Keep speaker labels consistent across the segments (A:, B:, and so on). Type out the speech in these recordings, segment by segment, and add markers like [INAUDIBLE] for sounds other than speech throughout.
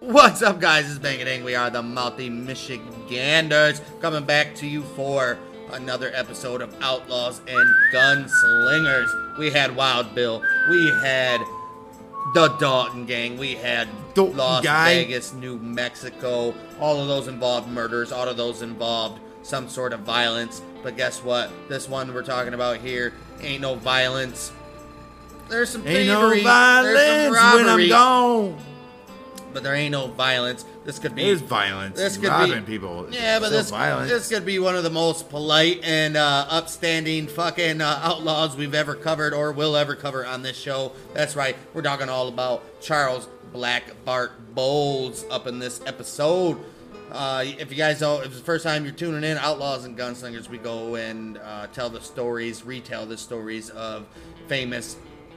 A: What's up, guys? It's Bang Dang. We are the Multi Michiganders coming back to you for another episode of Outlaws and Gunslingers. We had Wild Bill. We had the Dalton Gang. We had
B: Dalton
A: Las
B: Guy.
A: Vegas, New Mexico. All of those involved murders. All of those involved some sort of violence. But guess what? This one we're talking about here ain't no violence. There's some
B: Ain't no
A: thievery. There's
B: violence
A: some
B: when I'm
A: robbery
B: gone.
A: but there ain't no violence. This could be
B: It is violence.
A: This could
B: Robbing
A: be
B: people is
A: Yeah, but
B: still
A: this
B: violence.
A: this could be one of the most polite and uh, upstanding fucking uh, outlaws we've ever covered or will ever cover on this show. That's right, we're talking all about Charles Black Bart Bowles up in this episode. Uh, if you guys don't, if it's the first time you're tuning in, Outlaws and Gunslingers, we go and uh, tell the stories, retell the stories of famous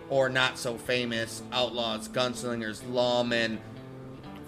A: or not so famous outlaws, gunslingers, lawmen,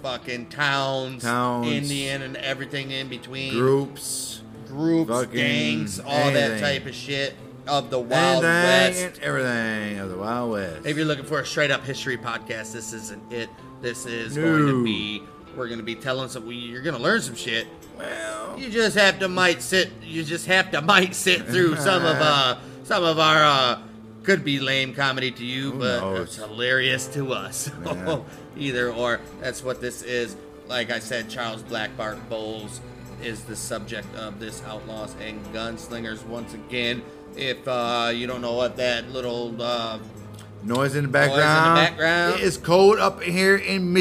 A: fucking towns,
B: Towns.
A: Indian, and everything in between.
B: Groups.
A: groups,
B: fucking
A: gangs, all that
B: anything.
A: type of shit of the Wild
B: anything
A: West.
B: and everything of the Wild West.
A: If you're looking for a straight up history podcast, this isn't it. This is
B: No.
A: going to be. We're going to be telling some. You're going to learn some shit.
B: well,
A: You just have to might sit. You just have to might sit through some of
B: [LAUGHS]
A: uh some of our uh could be lame comedy to you,
B: Who
A: but
B: knows?
A: it's hilarious to us. [LAUGHS]
B: Yeah.
A: Either or, that's what this is. Like I said, Charles Black Bart Bowles is the subject of this Outlaws and Gunslingers once again. If uh, you don't know what that little uh,
B: noise in the
A: in the
B: background.
A: background.
B: It is cold up here in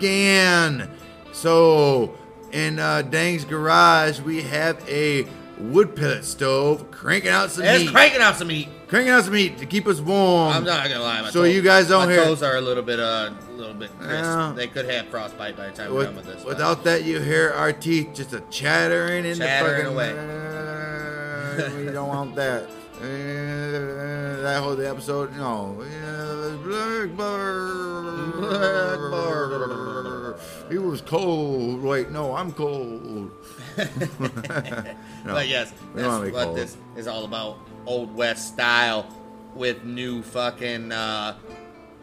B: Michigan. So, in uh, Dang's garage, we have a wood pellet stove cranking out some
A: it's
B: heat.
A: cranking out some heat.
B: cranking out some heat to keep us warm.
A: I'm not gonna lie. My
B: So
A: toe-
B: you guys don't
A: my
B: hear-
A: toes are a little bit uh, a little bit crisp.
B: Yeah.
A: They could have frostbite by the time we're
B: With-
A: done with this. but-
B: without that, you hear our teeth just a chattering in
A: Chattering
B: the fucking
A: away.
B: We don't want that. [LAUGHS] Uh, that whole episode, no. Uh, Black Bird. He was cold. Wait, no, I'm cold. No,
A: But yes,
B: we don't wanna
A: that's
B: be
A: what
B: cold.
A: this is all about. Old West style with new fucking uh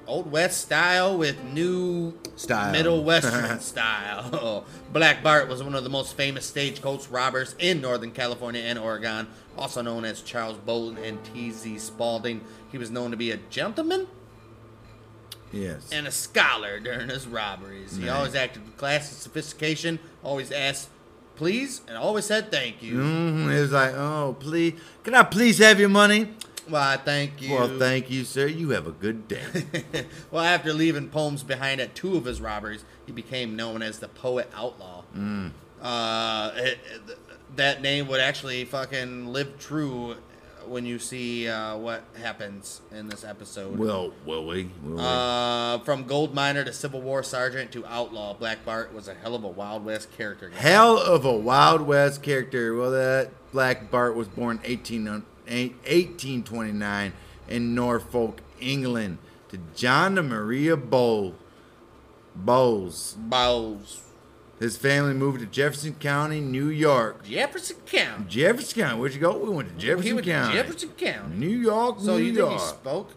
A: Old West style with new
B: Style. [LAUGHS]
A: Middle Western style. [LAUGHS] Black Bart was one of the most famous stagecoach robbers in Northern California and Oregon, also known as Charles Bolton and T.Z. Spaulding. He was known to be a gentleman
B: Yes.
A: and a scholar during his robberies. He always acted with class and sophistication, always asked please, and always said thank you.
B: Mhm, It was like, oh, please, can I please have your money?
A: Why, thank you.
B: Well, thank you, sir. You have a good day.
A: [LAUGHS] well, after leaving poems behind at two of his robberies, he became known as the Poet Outlaw.
B: Mm.
A: Uh, it- it- that name would actually fucking live true when you see uh, what happens in this episode.
B: well, will we? Will we?
A: Uh, from gold miner to Civil War sergeant to outlaw, Black Bart was a hell of a Wild West character.
B: Hell of a Wild West character. Well, that Black Bart was born 18, hun- eight- 1829 in Norfolk, England, to John and Maria Bowl, Bowles.
A: Bowles,
B: His family moved to Jefferson County, New York.
A: Jefferson County.
B: Jefferson County, where'd you go? We went to Jefferson
A: He went to
B: County.
A: Jefferson County.
B: New York,
A: So
B: New
A: you
B: York.
A: think he spoke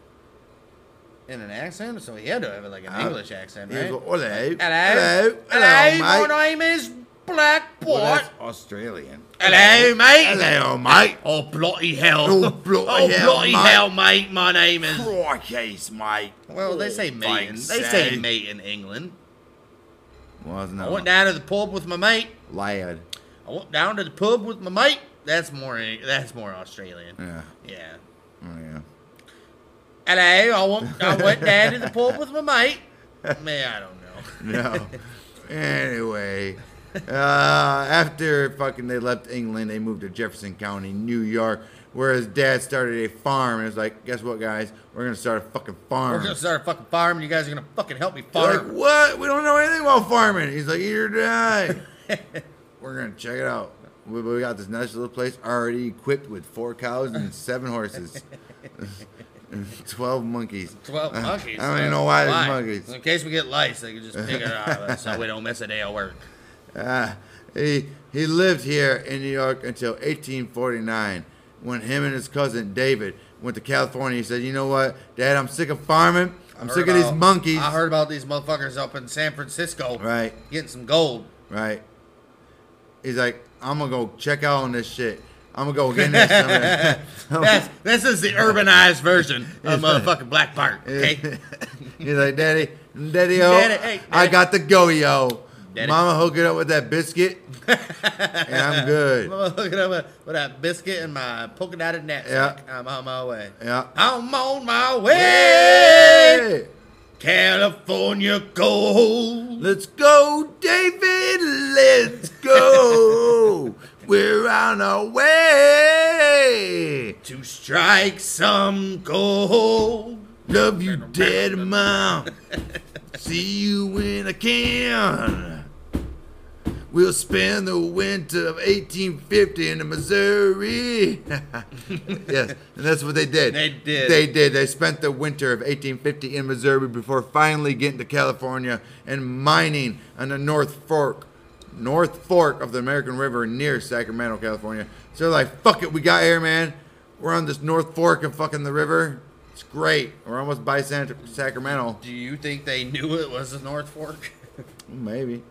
A: in an accent? So he had to have like an
B: Uh,
A: English accent,
B: he
A: right?
B: was like, "Hello,
A: hello,
B: hello,
A: hello,
B: hello,
A: my name is Black
B: Well,
A: Bart.
B: that's Australian.
A: Hello, mate.
B: Hello, mate.
A: Oh, bloody hell.
B: Oh, bloody
A: Oh,
B: hell,
A: bloody
B: mate.
A: hell, mate. My name is.
B: Crikey's, mate.
A: Well, they say
B: Oh,
A: mate. In,
B: fuck's
A: they say
B: sake.
A: mate in England.
B: Wasn't
A: I went
B: that
A: down to the pub with my mate.
B: lad?
A: I went down to the pub with my mate. That's more. That's more Australian.
B: Yeah.
A: Yeah.
B: Oh,
A: [LAUGHS]
B: yeah.
A: Hello. I went.
B: [LAUGHS]
A: I went down to the pub with my mate. Man, I don't know.
B: No. anyway, uh, after fucking they left England, they moved to Jefferson County, New York, where his dad started a farm. And it's like, guess what, guys? We're gonna start a fucking farm.
A: We're gonna start a fucking farm, and you guys are gonna fucking help me
B: They're
A: farm.
B: Like what? We don't know anything about farming. He's like, either do
A: [LAUGHS]
B: I. We're gonna check it out. We, we got this nice little place already equipped with four
A: [LAUGHS]
B: cows and seven horses, [LAUGHS] twelve monkeys. Uh,
A: Twelve monkeys.
B: I don't even know why there's
A: Why?
B: monkeys.
A: In case we get lice, they can just pick it up, so we don't miss a day of work.
B: Ah, he, he lived here in New York until 1849 when him and his cousin David went to California. He said, You know what, Dad, I'm sick of farming. I'm
A: Heard
B: sick of these
A: about-
B: monkeys.
A: I heard about these motherfuckers up in San Francisco.
B: Right.
A: Getting some gold.
B: Right. He's like, I'm going to go check out on this shit. I'm going to go get
A: [LAUGHS]
B: in there some of that."
A: That's, this is the urbanized version of motherfucking Black Park. Okay. [LAUGHS]
B: He's like, Daddy, Daddy, oh,
A: Daddy, hey,
B: I
A: Daddy."
B: got the go-yo.
A: Daddy.
B: Mama hook it up with that biscuit, and
A: [LAUGHS]
B: I'm good.
A: Look at with, with that biscuit and my polka dotted knapsack. I'm on my way.
B: Yeah.
A: I'm on my way.
B: Hey!
A: California gold.
B: Let's go, David. Let's
A: [LAUGHS]
B: go. We're on our way.
A: To strike some gold.
B: Love you, dead mom. See you when I can. We'll spend the winter of 1850 in the Missouri. [LAUGHS] yes, and that's what they did.
A: They did.
B: They did. They spent the winter of 1850 in Missouri before finally getting to California and mining on the North Fork, North Fork of the American River near Sacramento, California. So they're like, "Fuck it, we got here, man. We're on this North Fork and fucking the river. It's great. We're almost by San- Sacramento."
A: Do you think they knew it was the North Fork? [LAUGHS]
B: Maybe.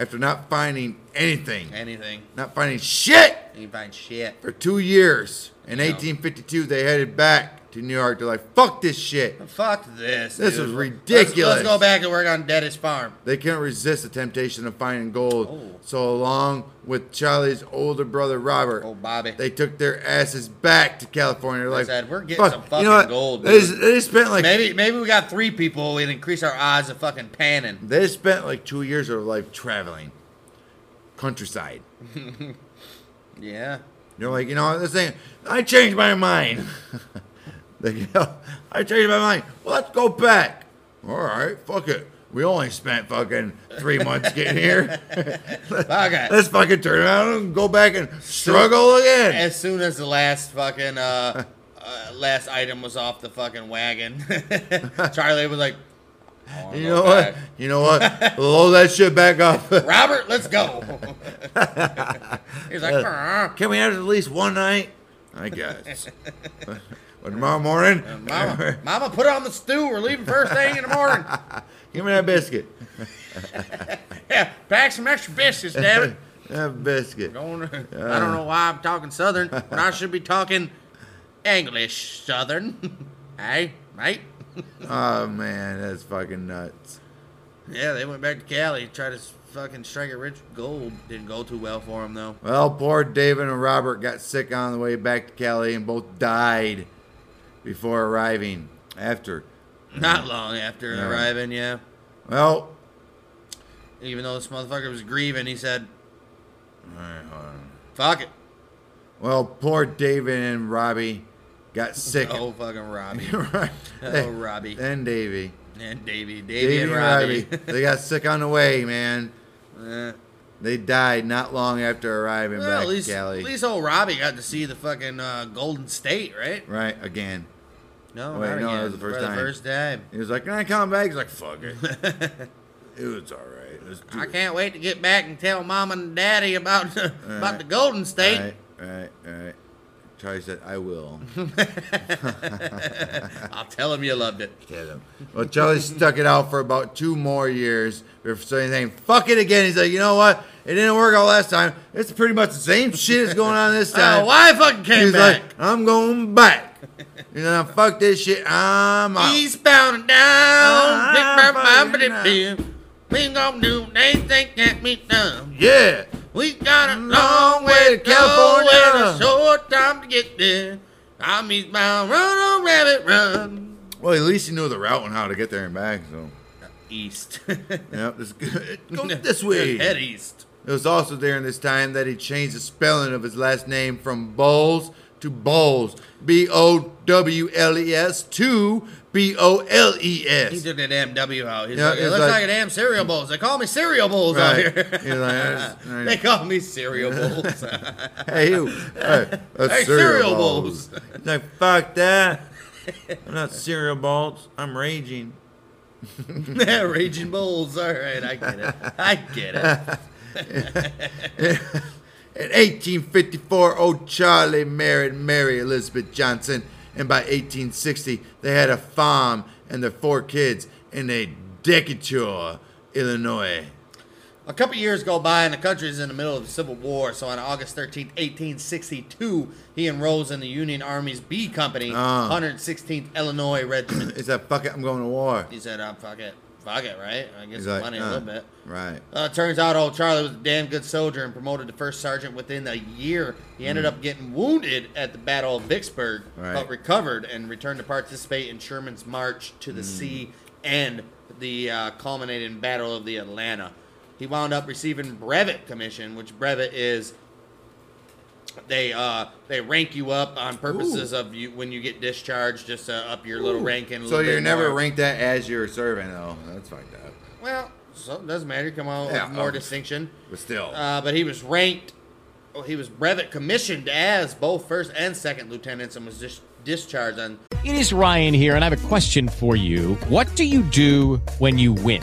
B: After not finding anything,
A: Anything.
B: not finding shit
A: You can find shit.
B: for two years. In 1852, they headed back to New York. They're like, "Fuck this shit."
A: Fuck this.
B: This
A: dude. Let's-
B: is
A: Let's,
B: ridiculous.
A: go back and work on Daddy's farm.
B: They couldn't resist the temptation of finding gold.
A: Oh.
B: So, along with Charlie's older brother Robert,
A: Oh, Bobby.
B: they took their asses back to California. They're
A: They
B: Like,
A: said, "We're getting
B: "Fuck,
A: some
B: you
A: fucking
B: know what?
A: gold,
B: They,
A: dude."
B: they spent like
A: maybe maybe we got three people. We'd increase our odds of fucking panning.
B: they spent like two years of their life traveling countryside.
A: Yeah.
B: They're like, you know, what, this thing, I changed my mind. [LAUGHS] they go, I changed my mind. Well, let's go back. All right, fuck it. We only spent fucking three months
A: [LAUGHS]
B: getting here.
A: Fuck it.
B: [LAUGHS] Let's fucking turn around and go back and struggle again.
A: As soon as the last fucking uh, uh last item was off the fucking wagon, [LAUGHS] Charlie was like, "I wanna
B: You
A: go
B: know what?
A: back."
B: You know what? Load that shit back up. [LAUGHS]
A: Robert, let's go." [LAUGHS] He's like, "Uh-huh. "Grr."
B: Can we have it at least one night?
A: [LAUGHS]
B: I guess. but tomorrow morning,
A: Uh, "Mama, Mama, put on the stew. We're leaving first thing in the morning.
B: [LAUGHS]
A: [LAUGHS]
B: give me that biscuit.
A: Yeah, pack some extra biscuits, damn it."
B: [LAUGHS] That biscuit.
A: Going, I don't know why I'm talking Southern when I should be talking English Southern. [LAUGHS] hey, mate.
B: Oh man, that's fucking nuts.
A: Yeah, they went back to Cali, tried to s- fucking strike it rich with gold. Didn't go too well for them though.
B: Well, poor David and Robert got sick on the way back to Cali and both died before arriving. After, Mm-hmm.
A: Not long after
B: No.
A: arriving, yeah.
B: well,
A: Even though this motherfucker was grieving, he said,
B: alright, hold on.
A: "Fuck it."
B: well, poor David and Robbie got sick.
A: Oh fucking Robbie
B: [LAUGHS] Right.
A: Oh, Robbie.
B: and Davy.
A: and Davy, Davy
B: Davy
A: and
B: and
A: [LAUGHS] Robbie. Eh.
B: Robbie. they got sick on the way, man. They died not long after arriving
A: Well,
B: back
A: at least,
B: to Cali.
A: at least old Robbie got to see the fucking uh, Golden State, right?
B: right again.
A: No,
B: Wait,
A: not
B: no, that
A: again.
B: was the first
A: For
B: time.
A: The first time.
B: He was like, "Can I come back?" He's like, "Fuck it,
A: [LAUGHS]
B: it was all right. Let's do
A: I
B: it."
A: can't wait to get back and tell mom and daddy about the, about the Golden State.
B: Right, right, right. Charlie said, "I will."
A: I'll tell him you loved it.
B: Get him. Well, Charlie stuck it out for about two more years before saying, "Fuck it again." He's like, "You know what? It didn't work out last time. It's pretty much the same shit that's going on this time.
A: [LAUGHS] Oh, why I fucking came
B: He's
A: back?
B: like, I'm going back. You know, fuck this shit. I'm out.
A: Eastbound and down. Big
B: Ah,
A: bam, bam,
B: fucking
A: ba-da-bam. We gon' do anything that we done.
B: yeah.
A: We got a
B: Long
A: long
B: way
A: way to
B: to
A: go and a
B: California.
A: short time to get there. I'm eastbound, run on rabbit, run.
B: Well, at least you know the route and how to get there and back. So,
A: East. [LAUGHS]
B: yeah, this good. Go this way.
A: Head east.
B: It was also during this time that he changed the spelling of his last name from Bowles to Bowles, B O W L E S to B O L E
A: He
B: S.
A: took that damn W out. He's
B: Yeah,
A: like, it
B: it's
A: looks like,
B: like-
A: a damn cereal bowls. They call me cereal bowls out
B: Right.
A: here.
B: He's like, "That's- right."
A: They call me cereal bowls. [LAUGHS]
B: Hey, you. Hey, that's
A: Hey, cereal
B: cereal
A: bowls.
B: bowls. He's like, fuck that. I'm not cereal bowls. I'm raging.
A: Raging bowls. All right, I get it. I get it.
B: In 1854, old Charlie married Mary Elizabeth Johnson, and by 1860, they had a farm and their four kids in a Decatur, Illinois.
A: A couple years go by, and the country is in the middle of the Civil War. So on August 13, 1862, he enrolls in the Union Army's B Company,
B: Ah.
A: 116th Illinois Regiment.
B: It's like, fuck it, I'm going to war.
A: He said, uh, fuck it. Fuck it, right? I guess
B: He's
A: some
B: like,
A: money a
B: "Nah."
A: little bit.
B: Right.
A: Uh, turns out old Charlie was a damn good soldier and promoted to first sergeant within a year. He ended up getting wounded at the Battle of Vicksburg,
B: Hmm. Right.
A: but recovered and returned to participate in Sherman's march to
B: Hmm.
A: the sea and the uh, culminating Battle of the Atlanta. He wound up receiving brevet commission, which brevet is they uh, they rank you up on purposes of you when you get discharged, just to up your little ranking. A
B: So
A: little
B: you're
A: bit
B: never
A: more.
B: ranked that as you're serving, though. That's fucked up.
A: Well, so it doesn't matter. Come on,
B: Yeah,
A: with more
B: um,
A: distinction.
B: But still.
A: Uh, but he was ranked. Well, he was brevet commissioned as both first and second lieutenants, and was dis- discharged on
C: It is Ryan here, and I have a question for you. What do you do when you win?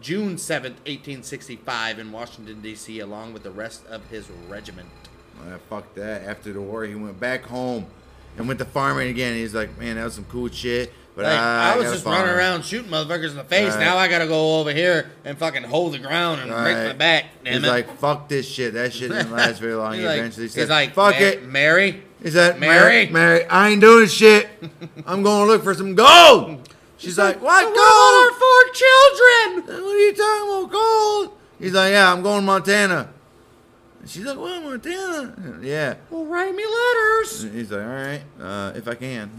A: June seventh, eighteen sixty-five, in Washington D.C., along with the rest of his regiment.
B: Uh, fuck that. After the war, he went back home and went to farming again. He's like, man, that was some cool shit. But
A: Like, I, was
B: gotta
A: just
B: farm."
A: running around shooting motherfuckers in the face.
B: Right.
A: Now I gotta go over here and fucking hold the ground and break
B: Right.
A: my back. Damn
B: he's
A: it.
B: like, fuck this shit. That shit didn't last
A: [LAUGHS]
B: very long.
A: he's
B: he
A: like,
B: eventually
A: he's
B: said,
A: like,
B: fuck
A: "Ma-
B: it.
A: Mary.
B: He said,
A: Mary?
B: Mary, Mary, I ain't
A: [LAUGHS]
B: doing shit. I'm going to look for some gold. She's like, what gold?
A: Four children.
B: What are you talking about, gold? He's like, yeah, I'm going to Montana. And she's like, what, Montana? Yeah.
A: Well, write me letters.
B: He's like, all right, uh, if I can.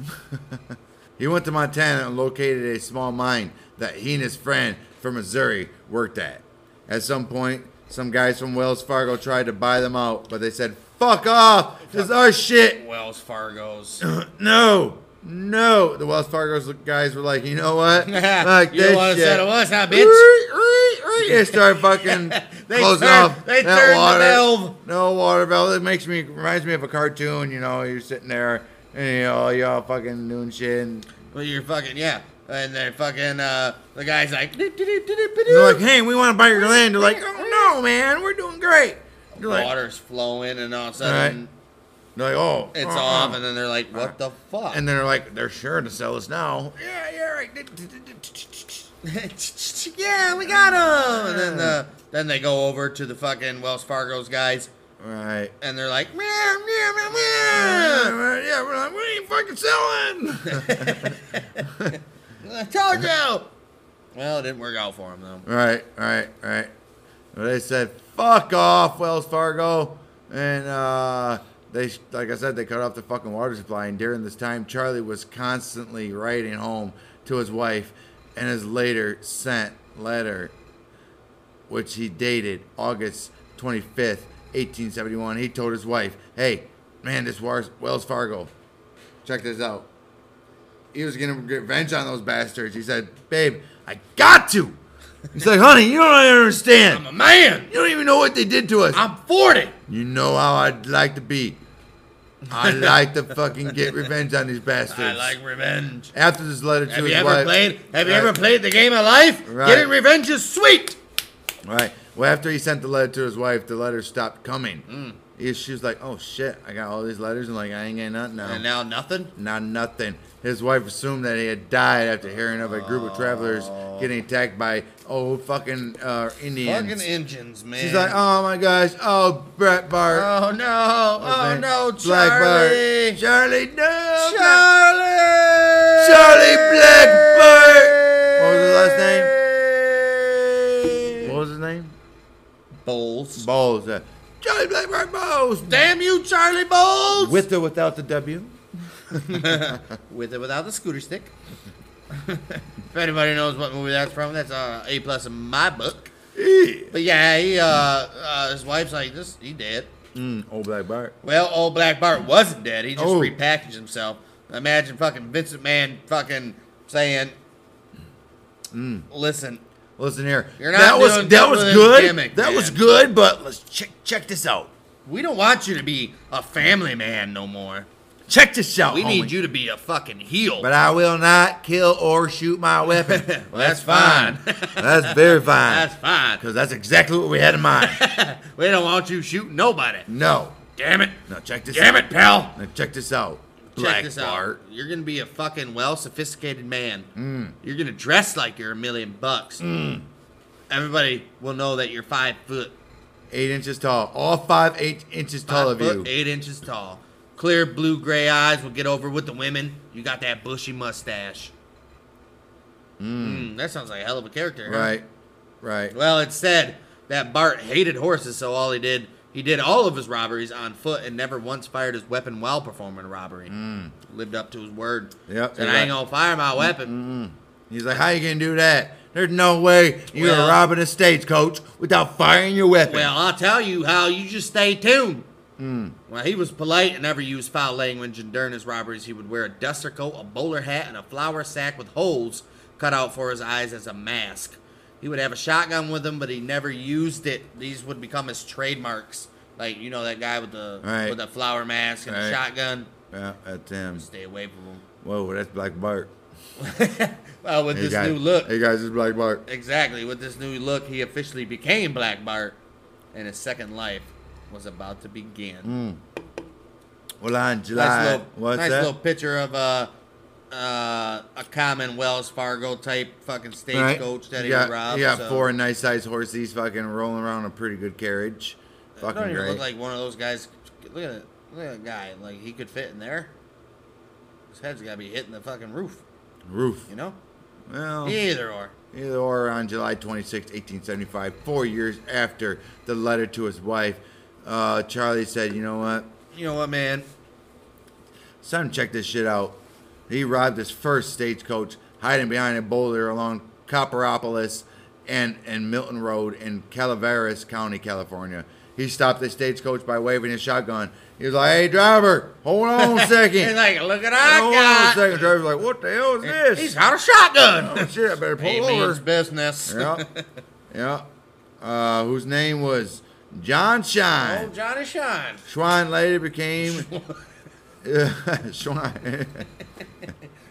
B: [LAUGHS] he went to Montana and located a small mine that he and his friend from Missouri worked at. At some point, some guys from Wells Fargo tried to buy them out, but they said, fuck off, this is our shit.
A: Wells Fargo's. [LAUGHS]
B: [CLEARS THROAT] No, no. The Wells Fargo guys were like, you know what?
A: [LAUGHS]
B: Fuck
A: You
B: this
A: wanna
B: shit.
A: settle us, huh, bitch?
B: bitch? They
A: [LAUGHS]
B: started fucking
A: They
B: closing
A: turned-
B: off
A: they
B: that
A: turned the
B: water.
A: valve.
B: No water valve. It makes me reminds me of a cartoon. You know, you're sitting there and you know you're all fucking doing shit. And
A: Well, you're fucking yeah, and they're fucking. Uh, the guy's like,
B: they're like, "Hey, we want to buy your land." They're like, "Oh no, man, we're doing great." They're like,
A: water's flowing, and all of a sudden
B: they're like, "Oh,
A: it's
B: uh-uh."
A: off, and then they're like, what the fuck?
B: And they're like, "They're sure to sell us now." Yeah, yeah, right. [LAUGHS]
A: yeah, we got him. And then uh, the, then they go over to the fucking Wells Fargo's guys,
B: Right.
A: and they're like, meow, meow, meow, meow.
B: Yeah, we're like, we ain't fucking selling. [LAUGHS]
A: I told you. Well, it didn't work out for him though.
B: Right, right, right. Well, they said, "Fuck off, Wells Fargo," and uh, they, like I said, they cut off the fucking water supply. And during this time, Charlie was constantly writing home to his wife, and his later sent letter, which he dated August twenty fifth, eighteen seventy one. He told his wife, "Hey, man, this was Wells Fargo. Check this out." he was gonna get revenge on those bastards. He said, "Babe, I got to." He's like, "Honey, you don't
A: I'm a
B: understand.
A: man.
B: You don't even know what they did to us.
A: I'm 40.
B: you know how I'd like to be."
A: [LAUGHS]
B: I like to fucking get revenge on these bastards.
A: I like revenge.
B: After this letter to
A: Have
B: his
A: you ever
B: wife,
A: played? Have you
B: Right.
A: ever played the game of life?
B: Right.
A: Getting revenge is sweet.
B: Right. Well, after he sent the letter to his wife, the letters stopped coming.
A: Mm.
B: He- She was like, "Oh shit, I got all these letters, and like I ain't got nothing now.
A: And now nothing.
B: Not nothing." His wife assumed that he had died after hearing of a group of travelers getting attacked by oh fucking uh, Indians.
A: Fucking engines, man.
B: She's like, "Oh my gosh, oh Brett Bart,
A: Oh no! Oh
B: Black-
A: no,
B: Black
A: Charlie!
B: Bart, Charlie, no, no.
A: Charlie!
B: Charlie Blackbird. What was his last name? What was his name?
A: Bowles.
B: Bowles. Uh, Charlie Blackbird Bowles.
A: Damn you, Charlie Bowles!
B: With or without the W?
A: with or without the scooter stick. [LAUGHS] if anybody knows what movie that's from, that's uh, a plus in my book. But yeah, he, uh, uh, his wife's like, this he dead.
B: Mm, old Black Bart.
A: Well, old Black Bart wasn't dead. He just
B: Oh.
A: repackaged himself. Imagine fucking Vincent Man fucking saying,
B: Mm.
A: "Listen,
B: Listen here.
A: You're not
B: that was
A: doing
B: that
A: good
B: was
A: with
B: good.
A: gimmick,
B: that
A: man.
B: was good, but let's check check this out.
A: we don't want you to be a family man no more.
B: Check this out.
A: We need
B: Oh, homie.
A: you to be a fucking heel."
B: But I will not kill or shoot
A: [LAUGHS]
B: my weapon. Well,
A: That's fine.
B: that's very
A: [LAUGHS]
B: fine.
A: that's fine.
B: Because that's exactly what we had in mind.
A: [LAUGHS] We don't want you shooting nobody.
B: No.
A: Damn it!
B: No, check this
A: Damn
B: out.
A: it, pal!
B: Now check this out.
A: Check
B: Black
A: this
B: Bart. Mm.
A: out. You're gonna be a fucking well sophisticated man. You're gonna dress like you're a million bucks. Everybody will know that you're five foot,
B: Eight inches tall. All five eight inches
A: five
B: tall of
A: foot
B: you.
A: eight inches tall. Clear blue gray eyes will get over with the women. You got that bushy mustache. Mm. that sounds like a hell of a character, huh?
B: Right. Right.
A: Well, it said that Bart hated horses, so all he did, he did all of his robberies on foot and never once fired his weapon while performing a robbery. Lived up to his word.
B: Mm. Yep,
A: Said,
B: you're
A: I ain't
B: right.
A: gonna fire my weapon.
B: He's like, how you gonna do that? There's no way you're
A: Well-
B: robbing a stagecoach without firing your weapon.
A: Well, I'll tell you how. You just stay tuned.
B: Hmm.
A: Well, he was polite and never used foul language, and during his robberies, he would wear a duster coat, a bowler hat, and a flour sack with holes cut out for his eyes as a mask. He would have a shotgun with him, but he never used it. These would become his trademarks. Like you know that guy with the
B: Right.
A: with the flour mask and the
B: Right.
A: shotgun.
B: Yeah, that's him.
A: Stay away from him.
B: Whoa, that's Black Bart.
A: Well, with
B: Hey
A: this
B: guys,
A: new look,
B: Hey guys, it's Black Bart.
A: exactly with this new look, he officially became Black Bart, and his second life was about to begin.
B: Hmm. Well, on July.
A: Nice little,
B: what's
A: nice
B: that?
A: little picture of a uh, a common Wells Fargo type fucking
B: Right.
A: stagecoach that
B: You
A: he
B: got,
A: robbed.
B: You got
A: so-
B: four nice sized horses fucking rolling around in a pretty good carriage.
A: I
B: Fucking
A: don't even
B: great.
A: look like one of those guys. Look at it. Look at that guy. Like he could fit in there. His head's got to be hitting the fucking roof.
B: Roof.
A: You know.
B: Well,
A: Either or.
B: Either or on July 26, 1875, four years after the letter to his wife, uh, Charlie said, you know what?
A: You know what, man?
B: It's time to check this shit out. He robbed his first stagecoach, hiding behind a boulder along Copperopolis and, and Milton Road in Calaveras County, California. He stopped the stagecoach by waving his shotgun. He was like, hey, driver, hold
A: [LAUGHS]
B: on a
A: He's
B: second.
A: like, look at
B: hold on a
A: I got.
B: second. Driver's like, what the hell is this?
A: He's got a shotgun.
B: [LAUGHS] oh, shit, I better pull
A: [LAUGHS] He
B: over.
A: means business.
B: yeah, yeah. Uh, whose name was John Shine.
A: Old Johnny Shine.
B: Schwein later became [LAUGHS] Schwein.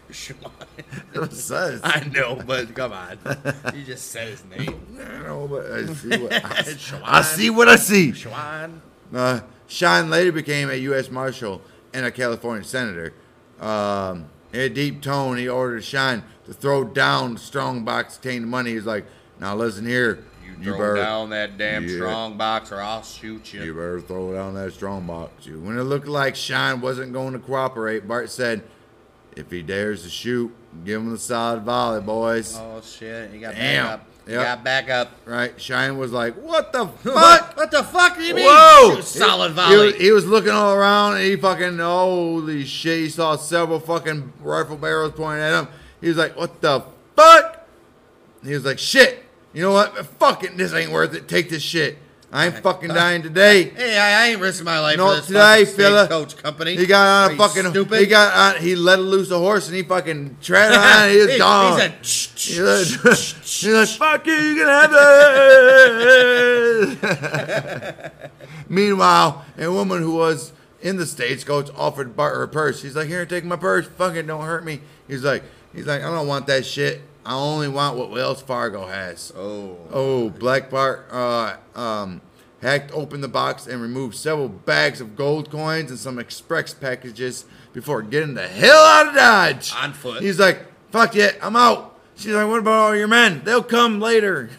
B: [LAUGHS] What's that?
A: [LAUGHS] I know, but come on. [LAUGHS] You just said his name.
B: I don't know, but I see
A: [LAUGHS]
B: what I,
A: Schwein.
B: I see. What I see.
A: Schwein.
B: Uh, Shine later became a U.S. Marshal and a California senator. Um, in a deep tone, he ordered Shine to throw down the strong box containing money. He's like, "Now listen here,
A: You
B: you
A: throw
B: better
A: down that damn
B: Yeah.
A: strong box or I'll shoot you.
B: You better throw down that strong box. You. When it looked like Shine wasn't going to cooperate, Bart said, if he dares to shoot, give him the solid volley, boys.
A: Oh shit, he got
B: Damn.
A: back up. He
B: Yep.
A: got back up.
B: Right? Shine was like, what
A: [LAUGHS]
B: the
A: What?
B: fuck?
A: What the fuck do you mean?
B: Whoa!
A: Shoot Solid
B: He-
A: volley.
B: He, he was looking all around and he fucking, holy shit, he saw several fucking rifle barrels pointed at him. He was like, what the fuck? He was like, shit, you know what? Fuck it, this ain't worth it. Take this shit. I ain't fucking
A: [LAUGHS]
B: dying today.
A: hey, I, I ain't risking my life for
B: No,
A: this
B: today,
A: fucking
B: fella.
A: stagecoach company.
B: He got on
A: Are
B: a
A: you
B: fucking.
A: stupid.
B: He got on. He let loose a horse and he fucking
A: [LAUGHS]
B: tread on. it. He was
A: He-
B: gone.
A: he said, "Shh, shh,
B: He was- [LAUGHS] he was like, "Fuck you, you can
A: [LAUGHS]
B: have it." Meanwhile, a woman who was in the stagecoach offered Bart her purse. She's like, "Here, take my purse. Fuck it, don't hurt me." He's like, "He's like, I don't want that shit. I only want what Wells Fargo has."
A: Oh.
B: Oh, Black Bart uh, um, hacked open the box and removed several bags of gold coins and some express packages before getting the hell out of Dodge.
A: On foot.
B: He's like, "Fuck it, I'm out." She's like, "What about all your men? They'll come later."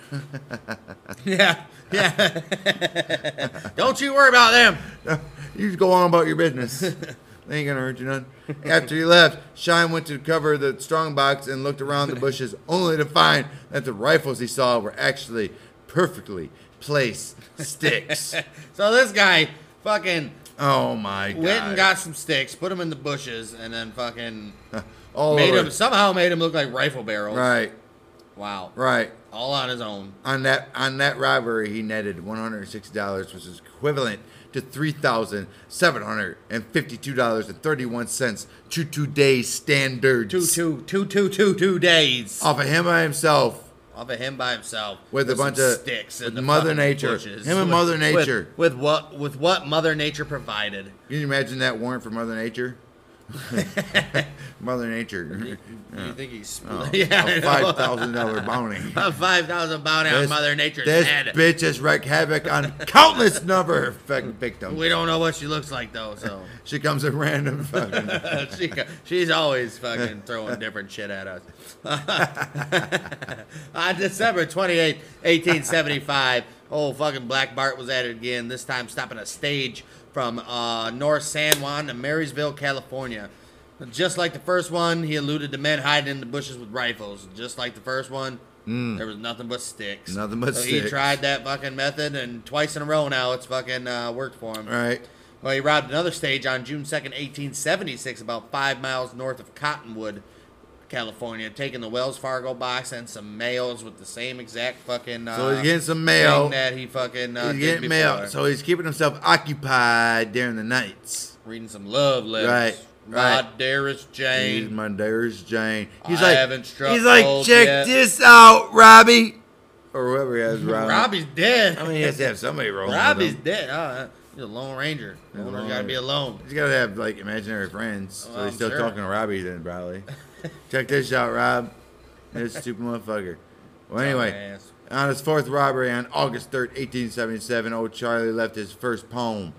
A: Yeah. Yeah. Don't you worry about them.
B: You just go on about
A: [LAUGHS]
B: your business. they ain't gonna hurt you none. After he left, Shine went to cover the strong box and looked around the bushes, only to find that the rifles he saw were actually perfectly placed sticks.
A: [LAUGHS] So this guy fucking
B: oh my god!
A: went and got some sticks, put them in the bushes, and then fucking
B: [LAUGHS] all
A: made
B: over.
A: him somehow made him look like rifle barrels.
B: Oh, right,
A: Wow.
B: right.
A: All on his own.
B: On that on that robbery, he netted one hundred and sixty dollars, which is equivalent to three thousand seven hundred and fifty-two dollars and thirty-one cents to today's standards.
A: Two, two, two, two, two, two days
B: Off of him by himself.
A: off of him by himself
B: With a
A: some
B: bunch of-
A: sticks
B: with
A: and the
B: Mother
A: fucking
B: Nature.
A: bushes.
B: Him and
A: With-
B: Mother
A: with-
B: Nature.
A: with what with what Mother Nature provided.
B: Can you imagine that warrant for Mother
A: [LAUGHS]
B: Nature? Mother Nature.
A: You think he's [LAUGHS] yeah, I
B: a
A: know.
B: Oh, five thousand dollar
A: [LAUGHS]
B: bounty.
A: a five thousand bounty on Mother Nature's
B: this
A: head.
B: bitch has wreaked havoc on countless number of fucking victims.
A: We don't know what she looks like though, so
B: She comes at
A: [LAUGHS]
B: random. Fucking.
A: she, she's always fucking throwing different shit at us. [LAUGHS] On December twenty eighth, 1875, old fucking Black Bart was at it again, this time stopping a stage from uh, North San Juan to Marysville, California. Just like the first one, he alluded to men hiding in the bushes with rifles. Just like the first one, there was nothing but sticks.
B: Hmm. Nothing but
A: so he
B: sticks.
A: tried that fucking method, and twice in a row now it's fucking uh, worked for him.
B: All right.
A: Well, he robbed another stage on June 2nd, 1876, about five miles north of Cottonwood, California, taking the Wells Fargo box and some mails with the same exact fucking. Uh,
B: So he's getting some mail.
A: thing that he fucking. Uh,
B: he's
A: did
B: getting mail,
A: before.
B: so he's keeping himself occupied during the nights.
A: Reading some love letters.
B: Right,
A: My
B: right.
A: dearest
B: He's
A: Jane.
B: my dearest Jane. He's
A: I
B: like,
A: haven't struck
B: he's like,
A: gold
B: check
A: yet."
B: this out, Robbie, or whoever
A: [LAUGHS]
B: he has Robbie.
A: Robbie's dead.
B: I mean, he has to have somebody rolling. with
A: Robbie's
B: him.
A: dead. Uh, he's a Lone Ranger.
B: a
A: Loner's
B: Lone
A: got to be
B: Ranger.
A: alone.
B: He's gotta have like imaginary friends. So
A: Well,
B: he's
A: I'm
B: still
A: sure.
B: talking to Robbie
A: [LAUGHS]
B: then probably. Check this out, Rob. This stupid motherfucker. Well anyway.
A: Dumbass.
B: On his fourth robbery on August 3rd, 1877, old Charlie left his first poem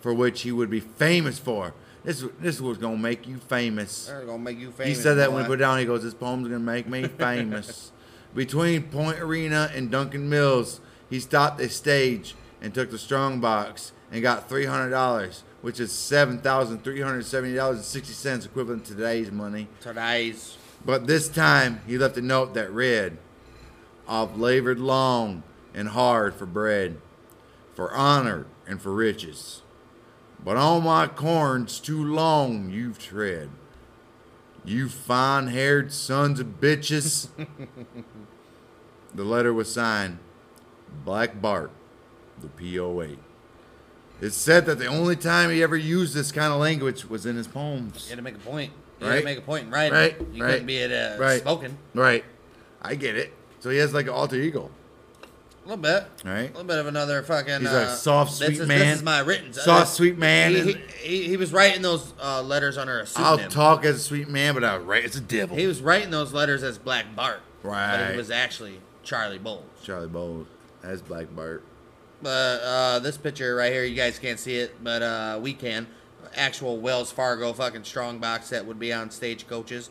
B: for which he would be famous for. This this was gonna make you famous.
A: They're going to make you
B: He
A: famous.
B: said that when he
A: boy.
B: put it down, he goes, This poem's gonna make me
A: [LAUGHS]
B: famous. Between Point Arena and Duncan Mills, he stopped a stage and took the strong box and got three hundred dollars, which is seven thousand three hundred seventy dollars and sixty cents equivalent to today's money.
A: Today's.
B: But this time he left a note that read, I've labored long and hard for bread, for honor and for riches. But on my corns too long you've tread. You fine haired sons of bitches. the letter was signed Black Bart, the POA. It's said that the only time he ever used this kind of language was in his poems.
A: You had to make a point. You had
B: Right.
A: to make a point in writing.
B: Right.
A: You
B: right.
A: couldn't be at uh,
B: right.
A: spoken.
B: Right. I get it. So he has like an alter ego.
A: A little bit.
B: Right.
A: A little bit of another fucking.
B: He's
A: Oh, uh,
B: like, soft,
A: this
B: sweet
A: is-
B: man.
A: This is my written. uh,
B: Soft,
A: this-
B: sweet man
A: He,
B: is-
A: he, he was writing those uh, letters under a
B: I'll
A: pseudonym.
B: talk as a sweet man, but I'll write as a devil.
A: He was writing those letters as Black Bart. But
B: Right.
A: it was actually Charlie Bowles.
B: Charlie Bowles as Black Bart.
A: But uh, this picture right here, you guys can't see it, but uh, we can. Actual Wells Fargo fucking strong box that would be on stagecoaches.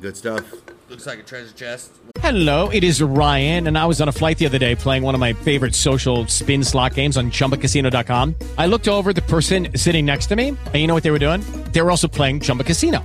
B: Good stuff.
A: Looks like a treasure chest.
C: Hello, it is Ryan, and I was on a flight the other day playing one of my favorite social spin slot games on chumbacasino.com. I looked over at the person sitting next to me, and you know what they were doing? They were also playing Chumba Casino.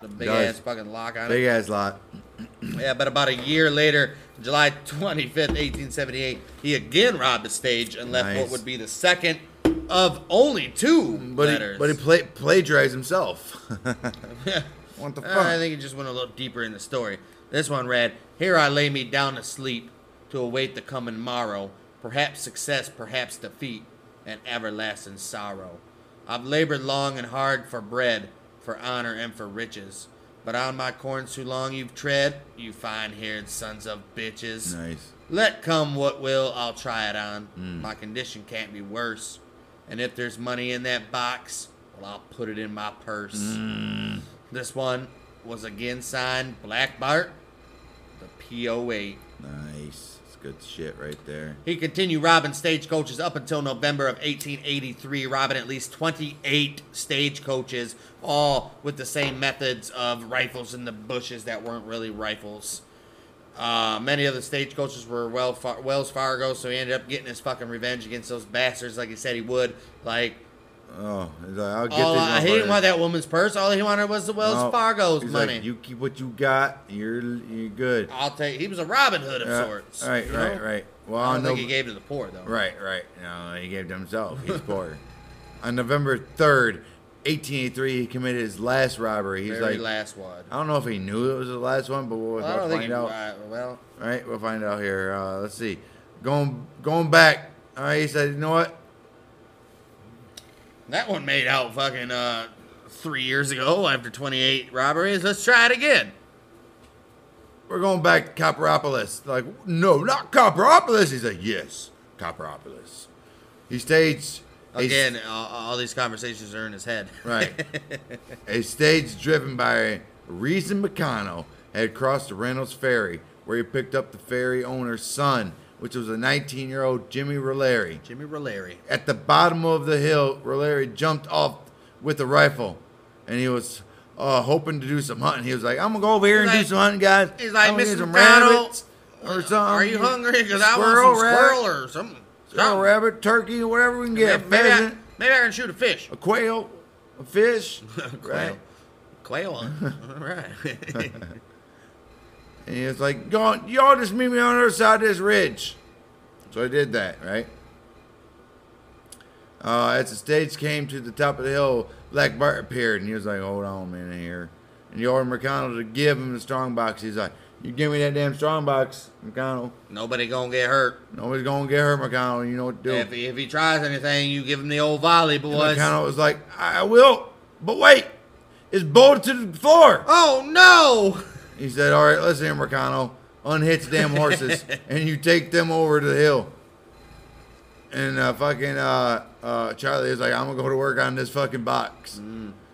A: The big
B: Nice.
A: ass fucking lock on it.
B: Big ass lot.
A: Yeah, but about a year later, July 25th, 1878, he again robbed the stage and left
B: Nice.
A: what would be the second of only two
B: But
A: letters.
B: he, but he pla plagiarized himself. [LAUGHS] what the
A: Uh,
B: fuck?
A: I think he just went a little deeper in the story. This one read, Here I lay me down to sleep to await the coming morrow, perhaps success, perhaps defeat, and everlasting sorrow. I've labored long and hard for bread, for honor and for riches. But on my corns too long you've tread, you fine-haired sons of bitches.
B: nice.
A: Let come what will, I'll try it on. My condition can't be worse. And if there's money in that box, well, I'll put it in my purse. This one was again signed Black Bart, the PO8.
B: Nice. It's good shit right there.
A: He continued robbing stagecoaches up until November of 1883, robbing at least 28 stagecoaches, all with the same methods of rifles in the bushes that weren't really rifles. Uh, many of the stagecoaches were well far- Wells Fargo, so he ended up getting his fucking revenge against those bastards, like he said he would. Like,
B: Oh, he's like, I'll get
A: all
B: these
A: I, he didn't
B: motherfuckers.
A: want that woman's purse. All he wanted was the Wells
B: No.
A: Fargo's
B: He's like,
A: money.
B: you keep what you got. You're you're good.
A: I'll take. He was a Robin Hood of
B: Yeah.
A: sorts.
B: All right,
A: you
B: right,
A: know?
B: right. Well,
A: I don't
B: no,
A: think he gave to the poor though.
B: [LAUGHS] Right, right. No, he gave to himself. He's poor. On November 3rd, 1883, he committed his last robbery. He's
A: Very
B: like,
A: last one.
B: I don't know if he knew it was the last one, but we'll,
A: Well, I don't
B: we'll
A: think
B: find
A: he,
B: out.
A: uh, well,
B: All right, we'll find out here. Uh, let's see. Going going back. All right, he said, you know what?
A: that one made out fucking uh, three years ago after 28 robberies. Let's try it again.
B: We're going back to Copperopolis. Like, no, not Copperopolis. He's like, yes, Copperopolis. He staged a-
A: Again, all, all these conversations are in his head. [LAUGHS]
B: Right. [LAUGHS] a stage driven by Reason McConnell had crossed the Reynolds Ferry, where he picked up the ferry owner's son, which was a 19 year old Jimmy Rolleri.
A: Jimmy Rolleri.
B: At the bottom of the hill, Rolleri jumped off with a rifle, and he was uh, hoping to do some hunting. He was like, I'm going to go over here and
A: He's
B: do
A: like-
B: some hunting, guys.
A: He's like,
B: I'm gonna get
A: Mr.
B: some
A: McConnell,
B: rabbits or something.
A: are you hungry? Because I want
B: Squirrel,
A: some
B: rabbit,
A: squirrel or something.
B: squirrel,
A: Something.
B: rabbit, turkey, whatever we can get.
A: maybe, I,
B: Pheasant,
A: maybe I can shoot a fish.
B: a quail,
A: [LAUGHS]
B: a fish. Right?
A: Quail. hunt. All [LAUGHS] right.
B: [LAUGHS] And he was like, "Y'all, y'all just meet me on the other side of this ridge." So I did that, right? Uh, as the stage came to the top of the hill, Black Bart appeared, and he was like, "Hold on a minute here." And he ordered McConnell to give him the strong box. He's like, "You give me that damn strong box, McConnell.
A: Nobody gonna get hurt.
B: Nobody's gonna get hurt, McConnell. You know what to do."
A: If, he- if he tries anything, you give him the old volley,
B: And
A: boys.
B: McConnell was like, "I I will, but wait, it's bolted to the floor."
A: Oh
B: [LAUGHS]
A: no!
B: He said, "All right, listen here, Mercano. Unhitch them [LAUGHS] horses, and you take them over to the hill." And uh, fucking uh, uh, Charlie was like, "I'm gonna go to work on this fucking box."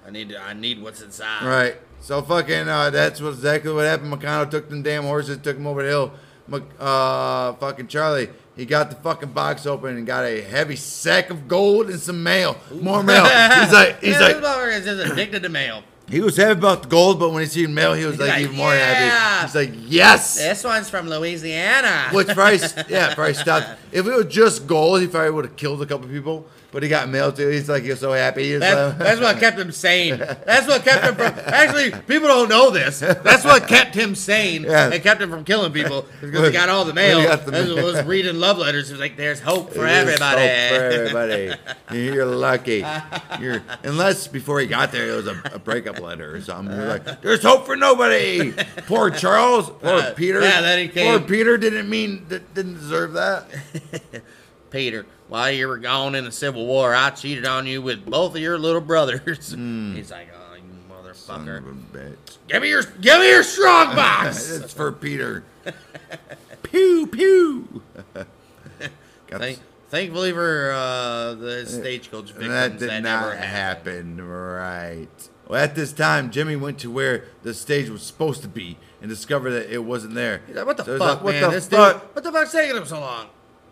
A: I need I need what's inside.
B: Right. So fucking uh, that's what exactly what happened. Mercano took them damn horses, took them over the hill. Mc, uh, fucking Charlie, he got the fucking box open and got a heavy sack of gold and some mail, more
A: [LAUGHS]
B: mail. He's like, [LAUGHS] he's
A: Man,
B: like,
A: this motherfucker is just addicted to mail.
B: he was happy about the gold, but when he seen mail, he was
A: He's
B: like,
A: like,
B: even more
A: "Yeah."
B: happy. He's like, yes.
A: This one's from Louisiana.
B: Which probably,
A: [LAUGHS]
B: yeah, probably stopped. If it was just gold, he probably would have killed a couple people. But he got mail too. He's like, you're so happy. He's
A: That's,
B: like- [LAUGHS]
A: that's what kept him sane. That's what kept him from. Actually, people don't know this. That's what kept him sane
B: Yeah.
A: and kept him from killing people because he
B: Look,
A: got all the mail.
B: we got the
A: That's what
B: mail.
A: was reading love letters. He was like, "There's hope for
B: There's
A: everybody."
B: hope
A: [LAUGHS]
B: for everybody. You're lucky. You're unless before he got there, it was a, a breakup letter or something. You're like, there's hope for nobody. Poor Charles. Poor
A: Uh,
B: Peter.
A: yeah, then he
B: Poor
A: came.
B: Peter didn't mean didn't deserve that.
A: [LAUGHS] Peter, while you were gone in the Civil War, I cheated on you with both of your little brothers. [LAUGHS] He's like, "Oh, you
B: Hmm. Son
A: motherfucker!
B: of a bitch.
A: Give me your, give me your strong box."
B: [LAUGHS] It's for Peter. pew
A: [LAUGHS]
B: pew. Got
A: Thank, thankfully for uh, the stagecoach victims, that,
B: that did not
A: never happened.
B: happen, right? Well, at this time, Jimmy went to where the stage was supposed to be and discovered that it wasn't there.
A: He's like, what the
B: So he's
A: fuck,
B: like, what
A: man?
B: the
A: this
B: fuck?
A: dude, what the fuck's taking him so long?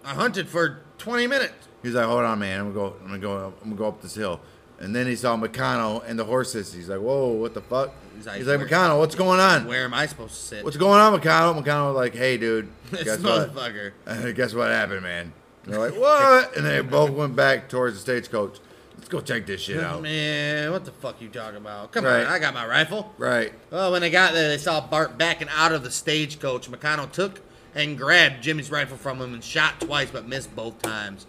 A: I hunted for 20 minutes.
B: He's like, hold on, man. I'm gonna go. I'm gonna go. I'm gonna go up this hill. And then he saw McConnell and the horses. He's like, whoa, what the fuck? He's
A: like,
B: like, McConnell,
A: where-
B: what's going on?
A: Where am I supposed to sit?
B: What's going on, McConnell? McConnell was like, hey, dude,
A: [LAUGHS] this
B: guess what?
A: motherfucker?
B: Uh, [LAUGHS] guess what happened, man? And they're like, what? and they both went back towards the stagecoach. Let's go check this shit out.
A: Man, what the fuck you talking about? Come
B: Right.
A: on, I got my rifle.
B: Right.
A: Well, when they got there, they saw Bart backing out of the stagecoach. McConnell took and grabbed Jimmy's rifle from him and shot twice, but missed both times.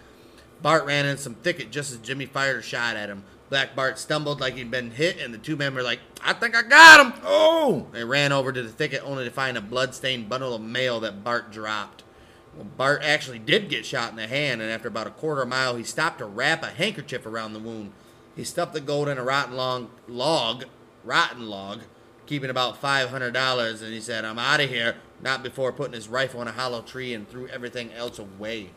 A: Bart ran in some thicket just as Jimmy fired a shot at him. Black Bart stumbled like he'd been hit, and the two men were like, "I think I got him."
B: Oh!
A: They ran over to the thicket only to find a bloodstained bundle of mail that Bart dropped. Well, Bart actually did get shot in the hand, and after about a quarter mile, he stopped to wrap a handkerchief around the wound. He stuffed the gold in a rotten long log, rotten log, keeping about five hundred dollars, and he said, "I'm out of here." Not before putting his rifle in a hollow tree and threw everything else away.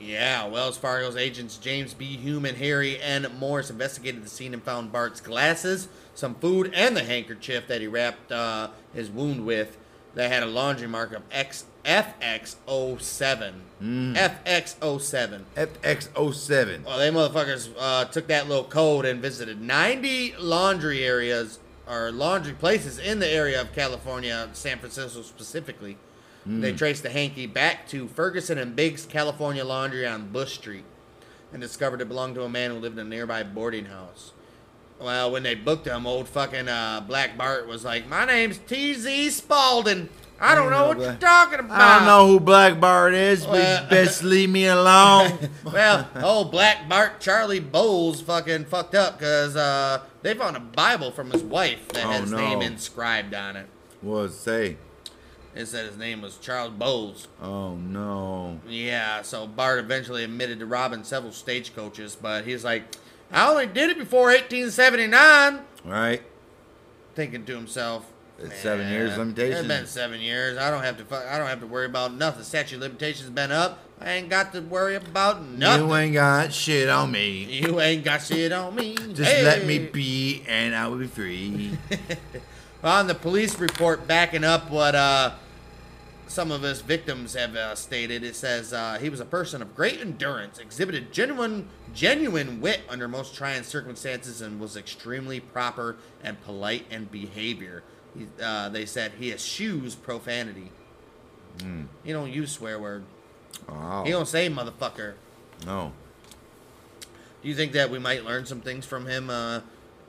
A: Yeah, Wells Fargo's agents James B. Hume and Harry N. Morris investigated the scene and found Bart's glasses, some food, and the handkerchief that he wrapped uh, his wound with that had a laundry mark of X FX07. FX07.
B: FX07.
A: Well, Oh, they motherfuckers uh, took that little code and visited 90 laundry areas or laundry places in the area of California, San Francisco specifically.
B: Hmm.
A: They traced the hanky back to Ferguson and Biggs California Laundry on Bush Street and discovered it belonged to a man who lived in a nearby boarding house. Well, when they booked him, old fucking uh, Black Bart was like, My name's T.Z. Spalding. I don't know what you're talking about.
B: I don't know who Black Bart is, but
A: Well- [LAUGHS]
B: you best leave me [LAUGHS] alone.
A: Well, old Black Bart Charlie Bowles fucking fucked up because uh, they found a Bible from his wife that
B: Oh,
A: had his
B: no.
A: name inscribed on it.
B: Was say?
A: It said his name was Charles Bowles.
B: Oh no.
A: Yeah, so Bart eventually admitted to robbing several stagecoaches, but he's like, I only did it before 1879.
B: Right?
A: Thinking to himself,
B: It's seven years
A: "Man,
B: limitation."
A: It's been seven years. I don't have to. Fuck, I don't have to worry about nothing. Statute of limitations been up. I ain't got to worry about nothing.
B: You ain't got shit on me.
A: You ain't got shit on me.
B: Just let me
A: Hey.
B: be and I will
A: [LAUGHS]
B: be free.
A: On the police report backing up what uh, some of his victims have uh, stated, it says uh, he was a person of great endurance, exhibited genuine, genuine wit under most trying circumstances, and was extremely proper and polite in behavior. He, uh, they said he eschews profanity. He don't use swear word. He
B: oh
A: don't say motherfucker.
B: no.
A: Do you think that we might learn some things from him uh,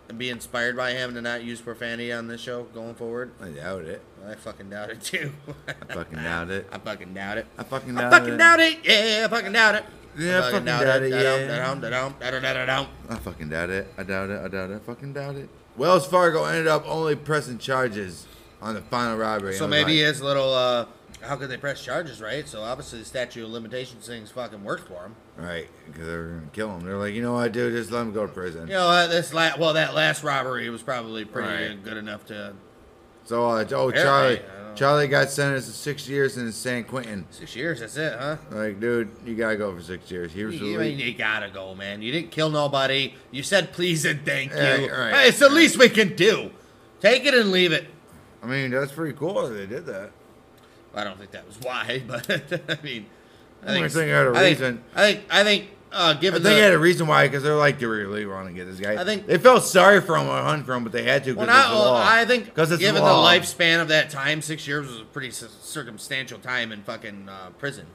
A: and be inspired by him to not use profanity on this show going forward?
B: I doubt it.
A: I fucking doubt it too. [LAUGHS]
B: I fucking doubt it.
A: I fucking doubt it.
B: I fucking
A: I
B: doubt
A: fucking
B: it.
A: doubt it. Yeah, I fucking doubt it.
B: Yeah, I fucking doubt it, yeah.
A: Da-dum, da-dum, da-dum, da-dum, da-dum.
B: I fucking doubt it. I doubt it. I doubt it. I fucking doubt it. Wells Fargo ended up only pressing charges on the final robbery.
A: So
B: and was
A: maybe
B: like,
A: his little. Uh, how could they press charges, right? So obviously the statute of limitations thing's fucking worked for him.
B: right because they're gonna kill him. They're like, you know what, dude? Just let him go to prison.
A: You know, uh, this la- well that last robbery was probably pretty
B: Right.
A: good enough to
B: So uh, oh
A: Yeah,
B: Charlie,
A: I don't know.
B: Charlie got sentenced to six years in San Quentin.
A: six years. That's it, huh?
B: Like, dude, you gotta go for six years. He was
A: You, I mean,
B: released.
A: you gotta go, man. You didn't kill nobody. You said please and thank you.
B: Right, right.
A: Hey, it's the least we can do. Take it and leave it.
B: I mean, that's pretty cool that they did that.
A: I don't think that was why, [LAUGHS] but I mean, I
B: I'm
A: think
B: not saying I had a
A: I think-
B: reason.
A: I think I think uh,
B: I
A: given
B: think they had
A: the
B: a reason why, because they're like, do we really want to get this guy?
A: I think-
B: they felt sorry for him or hunt for him, but they had to because
A: well,
B: it's
A: not,
B: the
A: well,
B: law.
A: I think
B: 'Cause it's
A: given the
B: law.
A: lifespan of that time, six years was a pretty c- circumstantial time in fucking uh, prison.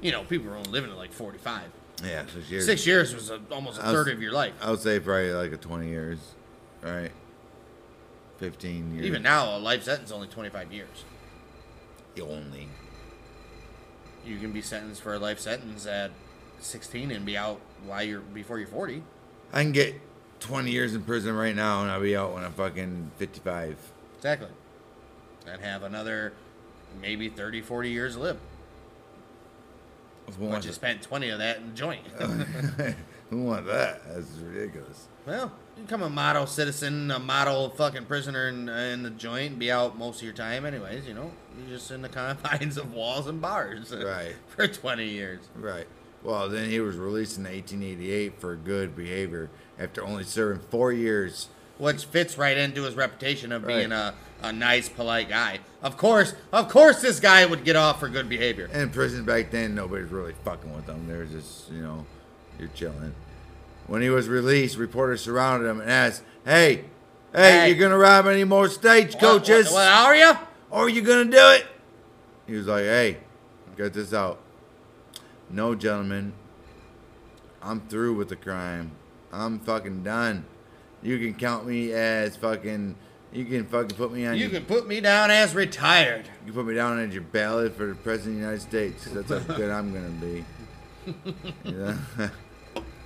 A: You know, people were only living to like forty-five.
B: Yeah, six years.
A: Six years was a, almost a
B: I was-
A: third of your life.
B: I would say probably like a twenty years, all right, fifteen years.
A: Even now, a life sentence is only twenty-five years.
B: only.
A: You can be sentenced for a life sentence at sixteen and be out while you're before you're forty.
B: I can get twenty years in prison right now, and I'll be out when I'm fucking fifty-five.
A: Exactly. And have another maybe 30, 40 years to live.
B: Who
A: But
B: wants
A: you
B: it? Uh,
A: spent 20 of that in joint.
B: [LAUGHS] Who wants that? That's ridiculous.
A: well, you become a model citizen, a model fucking prisoner in, in the joint, and be out most of your time, anyways. You know, you're just in the [LAUGHS] confines of walls and bars [LAUGHS]
B: Right.
A: for 20 years.
B: Right. Well, then he was released in 1888 for good behavior after only serving four years.
A: Which fits right into his reputation of being
B: Right.
A: a, a nice, polite guy. Of course, of course, this guy would get off for good behavior.
B: And in prison back then, nobody's really fucking with him. They're just, you know, You're chilling. When he was released, reporters surrounded him and asked, "Hey, hey,
A: Hey.
B: you gonna rob any more stagecoaches,
A: What, what are you?
B: or you gonna do it?" He was like, "Hey, get this out. No, gentlemen, I'm through with the crime. I'm fucking done. You can count me as fucking. You can fucking put me on.
A: You
B: your-
A: can put me down as retired.
B: you put me down as your ballot for the president of the United States. 'cause That's how good I'm gonna be. Yeah. [LAUGHS]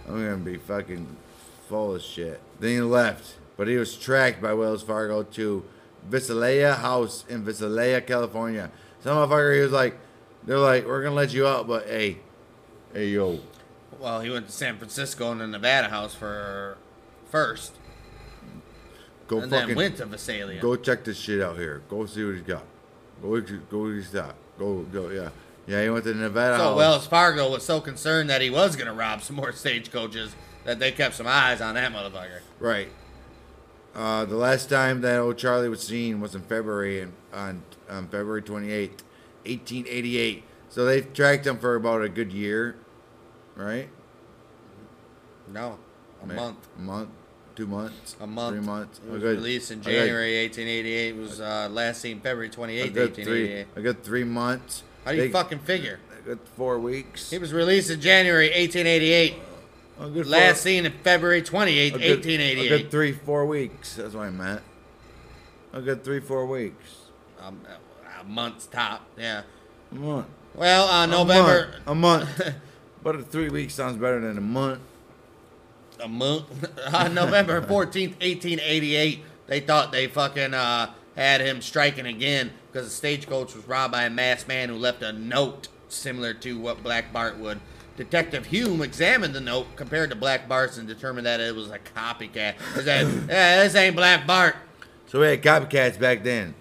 B: I'm gonna be fucking full of shit. Then he left, but he was tracked by Wells Fargo to Visalia House in Visalia, California. Some motherfucker, he was like, they're like, we're gonna let you out, but hey, hey yo,
A: Well, he went to San Francisco and the Nevada house for first,
B: go
A: and then
B: fucking
A: went to Visalia.
B: Go check this shit out here. Go see what he's got. Go go what he's got. Go go yeah yeah. He went to Nevada.
A: so
B: House.
A: Wells Fargo was so concerned that he was gonna rob some more stagecoaches that they kept some eyes on that motherfucker.
B: Right. Uh, the last time that old Charlie was seen was in February and on, on February 28th, 1888. So they've tracked him for about a good year, right?
A: No, a
B: Ma-
A: month.
B: A month, two months,
A: A month.
B: three months.
A: It was
B: good-
A: released in
B: a good-
A: January 1888. It was uh, last seen February 28th,
B: A good, three,
A: 1888.
B: a good three months.
A: How do you
B: They-
A: fucking figure?
B: A good four weeks.
A: He was released in January 1888.
B: a good
A: Last
B: four-
A: seen in February 28th,
B: a good- A
A: 1888.
B: good three, four weeks. That's what I meant. A good three, four weeks.
A: Um, a month's top, yeah.
B: A month.
A: Well, on November,
B: A month.
A: [LAUGHS]
B: A month. but a three weeks sounds better than a month.
A: a month, [LAUGHS] on
B: [LAUGHS]
A: November 14th, 1888, they thought they fucking uh, had him striking again because a stagecoach was robbed by a masked man who left a note similar to what Black Bart would. Detective Hume examined the note compared to Black Bart's and determined that it was a copycat. He
B: [LAUGHS]
A: said, yeah, this ain't Black Bart.
B: So we had copycats back then.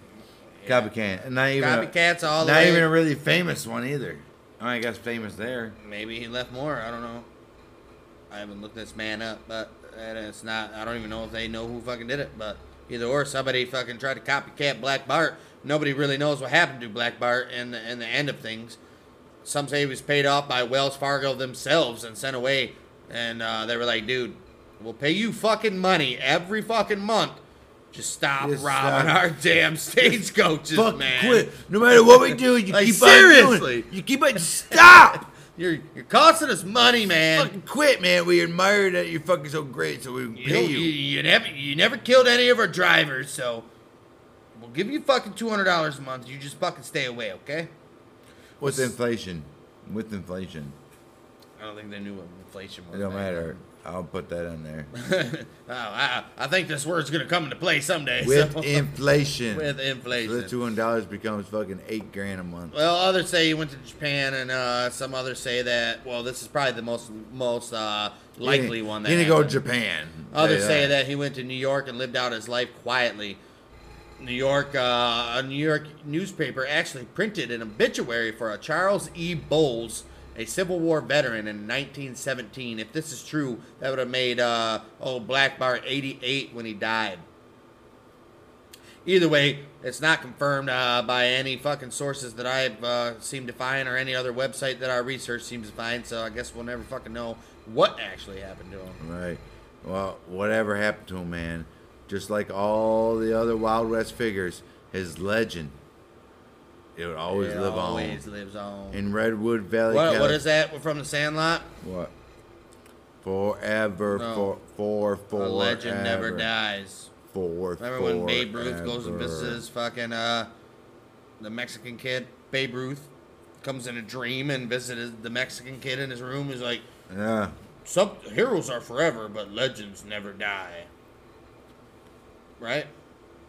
B: Copycat. And not even a-
A: Copycats all the
B: Not
A: way.
B: even a really famous one either. I guess famous there.
A: Maybe he left more. I don't know. I haven't looked this man up, but and it's not. I don't even know if they know who fucking did it. But either or, somebody fucking tried to copycat Black Bart. Nobody really knows what happened to Black Bart in the, in the end of things. Some say he was paid off by Wells Fargo themselves and sent away. And uh, they were like, dude, we'll pay you fucking money every fucking month. Just stop
B: Just
A: robbing
B: stop.
A: our damn [LAUGHS] stagecoaches,
B: Fuck
A: man.
B: quit. No matter what we do, you
A: Like,
B: keep on doing.
A: seriously.
B: it. You keep on
A: [LAUGHS]
B: stop.
A: You're, you're costing us money, man.
B: fucking quit, man. We admire that you're fucking so great, so we
A: You,
B: pay
A: you.
B: you.
A: you never you never killed any of our drivers, so we'll give you fucking two hundred dollars a month. You just fucking stay away, okay?
B: With inflation. With inflation.
A: I don't think they knew what inflation was.
B: It don't
A: back
B: matter. I'll put that
A: [LAUGHS]
B: in there.
A: then. oh, I, I think this word's gonna come into play someday. [LAUGHS]
B: With
A: so-
B: inflation.
A: With inflation.
B: So the two hundred dollars becomes fucking eight grand a month.
A: Well, others say he went to Japan, and uh, some others say that. Well, this is probably the most most uh, likely one. That
B: You need to go
A: happened.
B: Japan.
A: Others
B: Yeah.
A: say that he went to New York and lived out his life quietly. New York, uh, a New York newspaper actually printed an obituary for a Charles E. Bowles, a Civil War veteran in 1917. If this is true, that would have made uh, old Black Bart 88 when he died. Either way, it's not confirmed uh, by any fucking sources that I've uh, seemed to find or any other website that our research seems to find. So I guess we'll never fucking know what actually happened to him.
B: Right. Well, whatever happened to him, man, just like all the other Wild West figures, his legend, it would always
A: It
B: live
A: always
B: on.
A: lives on.
B: In Redwood Valley,
A: what,
B: Cali-
A: what is that from the Sandlot?
B: What? Forever,
A: No.
B: for, for,
A: A
B: forever.
A: legend never dies.
B: For,
A: Remember when Babe Ruth goes and
B: forever.
A: visits his fucking uh, the Mexican kid? Babe Ruth comes in a dream and visits the Mexican kid in his room. He's like,
B: Yeah.
A: "Some heroes are forever, but legends never die." Right?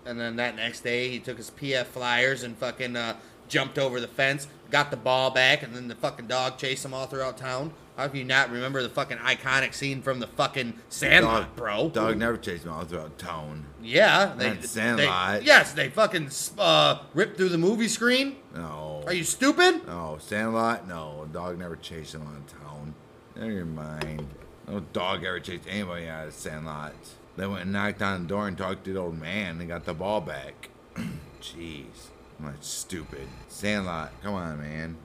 A: And then that next day, he took his PF Flyers and fucking uh, jumped over the fence, got the ball back, and then the fucking dog chased him all throughout town. How can you not remember the fucking iconic scene from the fucking Sandlot,
B: Dog,
A: bro?
B: Dog never chased me all throughout town.
A: Yeah, they,
B: Not Sandlot.
A: they- yes, they fucking uh, ripped through the movie screen.
B: No.
A: Are you stupid?
B: No, Sandlot. No, a dog never chased him out of town. Never mind. No dog ever chased anybody out of Sandlot. They went and knocked on the door and talked to the old man and got the ball back. [CLEARS THROAT] Jeez, I'm like stupid. Sandlot, come on, man.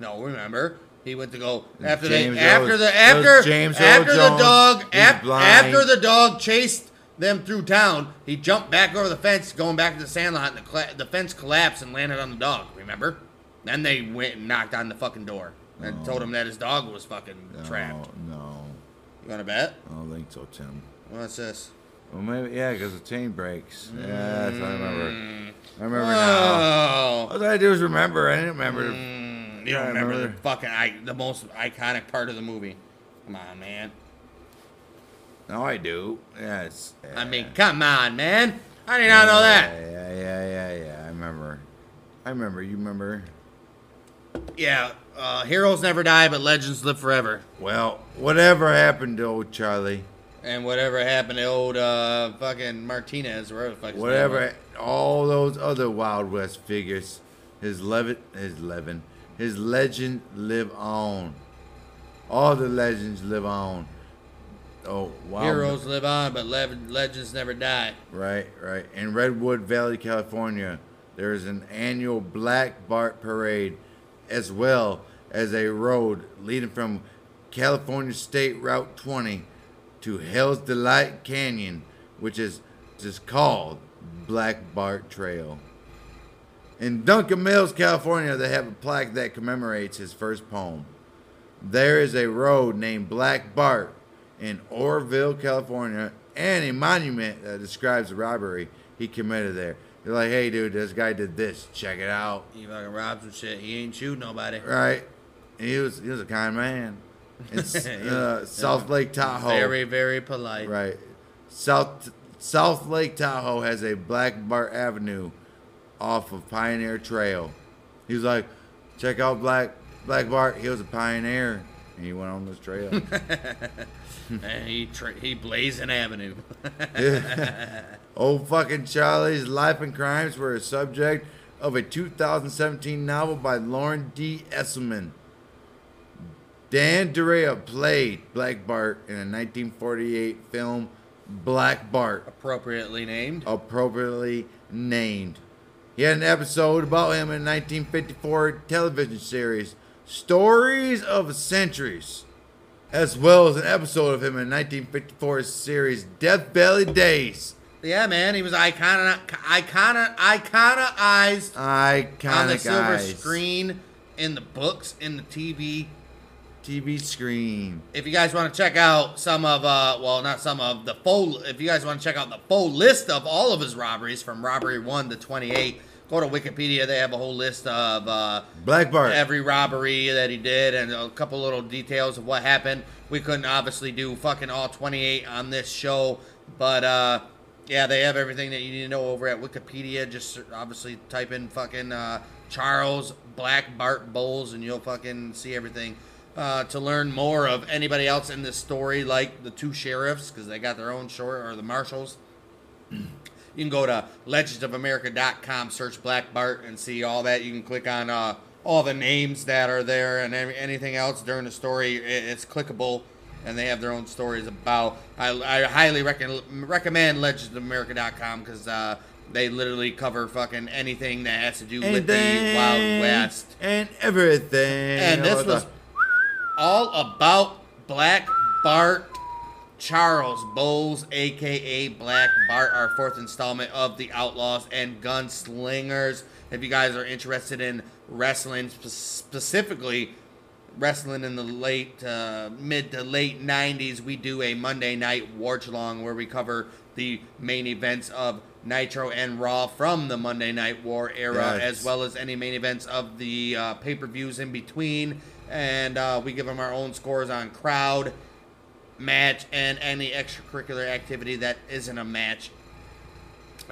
A: No, remember He went to go after
B: James
A: they after
B: Earl-
A: the after
B: James Earl
A: after the
B: Jones
A: dog
B: is
A: af-
B: blind.
A: after the dog chased them through town. He jumped back over the fence, going back to the sandlot, and the, cla- the fence collapsed and landed on the dog. Remember? Then they went and knocked on the fucking door and told him that his dog was fucking trapped.
B: Oh. No, no,
A: You want to bet?
B: I don't think so, Tim.
A: What's this?
B: Well, maybe yeah, because the chain breaks. Yeah, that's what I remember. I remember now.
A: Mm. Oh, Mm.
B: All I do is remember. I didn't remember. the-
A: you don't
B: I
A: remember the
B: remember.
A: fucking I, the most iconic part of the movie? Come on, man.
B: No, I do. Yes.
A: I mean, come on, man. How do you not know that?
B: Yeah, yeah, yeah, yeah, yeah. I remember. I remember. You remember?
A: Yeah, uh, heroes never die, but legends live forever.
B: Well, whatever happened to old Charlie?
A: And whatever happened to old uh, fucking Martinez, wherever the fuck his name was.
B: Whatever. All those other Wild West figures, his Levin, his Levin, his legend live on. All the legends live on. Oh, wow.
A: Heroes live on, but le- legends never die.
B: Right, right. In Redwood Valley, California, there is an annual Black Bart Parade as well as a road leading from California State Route 20 to Hell's Delight Canyon, which is just called Black Bart Trail. In Duncan Mills, California, they have a plaque that commemorates his first poem. There is a road named Black Bart in Orville, California, and a monument that describes the robbery he committed there. They're like, hey, dude, this guy did this. Check it out.
A: He fucking robbed some shit. He ain't shoot nobody.
B: Right? And he was he was a kind man. In S- uh, South Lake Tahoe.
A: Very, very polite.
B: Right. South South Lake Tahoe has a Black Bart Avenue off of Pioneer Trail. He was like, check out Black Black Bart. He was a pioneer, and he went on this trail.
A: And he tra- he blazed an avenue.
B: Old Oh, fucking Charlie's life and crimes were a subject of a 2017 novel by Lauren D. Esselman. Dan Dorea played Black Bart in a 1948 film, Black Bart.
A: Appropriately named.
B: appropriately named. He had an episode about him in 1954 television series Stories of Centuries, as well as an episode of him in 1954 series Death Valley Days.
A: Yeah, man, he was icon icon iconized
B: Iconic
A: on the silver
B: eyes.
A: screen, in the books, in the TV,
B: TV screen.
A: if you guys want to check out some of uh well not some of the full if you guys want to check out the full list of all of his robberies from robbery 1 to 28 go to wikipedia they have a whole list of uh
B: Black Bart.
A: every robbery that he did and a couple little details of what happened we couldn't obviously do fucking all 28 on this show but uh yeah they have everything that you need to know over at wikipedia just obviously type in fucking uh charles black bart bowles and you'll fucking see everything uh, to learn more of anybody else in this story, like the two sheriffs, because they got their own short, or the marshals, you can go to legendsofamerica.com, search Black Bart, and see all that. You can click on uh, all the names that are there and any- anything else during the story. I- It's clickable, and they have their own stories about. I, I highly recon- recommend legendsofamerica.com because uh, they literally cover fucking anything that has to do with the Wild West.
B: And everything.
A: And this was all about Black Bart Charles Bowles, aka Black Bart, our fourth installment of the Outlaws and Gunslingers. If you guys are interested in wrestling, spe- specifically wrestling in the late, uh, mid to late 90s, we do a Monday night watch along where we cover the main events of Nitro and Raw from the Monday Night War era,
B: Yes.
A: as well well as any main events of the uh, pay per views in between. And uh, we give them our own scores on crowd, match, and any extracurricular activity that isn't a match.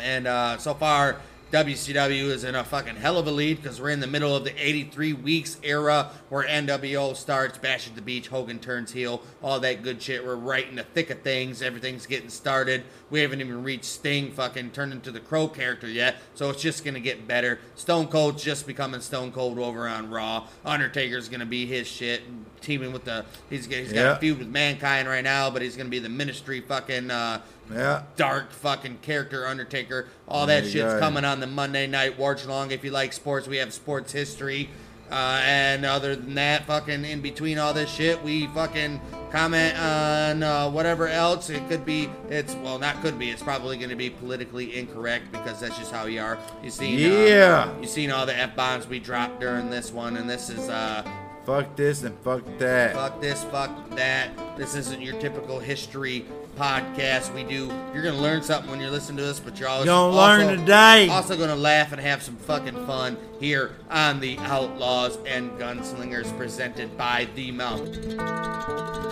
A: And uh, so far, WCW is in a fucking hell of a lead because we're in the middle of the 83 weeks era where NWO starts, Bash at the Beach, Hogan turns heel, all that good shit. We're right in the thick of things. Everything's getting started. We haven't even reached Sting fucking turned into the Crow character yet, so it's just going to get better. Stone Cold's just becoming Stone Cold over on Raw. Undertaker's going to be his shit, teaming with the. He's, he's got
B: Yeah.
A: a feud with Mankind right now, but he's going to be the ministry fucking. Uh,
B: Yeah.
A: dark fucking character Undertaker. All that
B: There you
A: shit's
B: go.
A: coming on the Monday night watch along. If you like sports, we have sports history. Uh, and other than that, fucking in between all this shit, we fucking comment on uh, whatever else. It could be, it's, well, not could be, it's probably going to be politically incorrect because that's just how we are. You seen, uh,
B: Yeah.
A: you seen all the F bombs we dropped during this one, and this is, uh,
B: Fuck this and fuck that.
A: Fuck this, fuck that. This isn't your typical history podcast we do. You're gonna learn something when you're listening to this, but you're also,
B: Gonna learn
A: also-
B: today.
A: Also gonna laugh and have some fucking fun here on the Outlaws and Gunslingers presented by The Mount.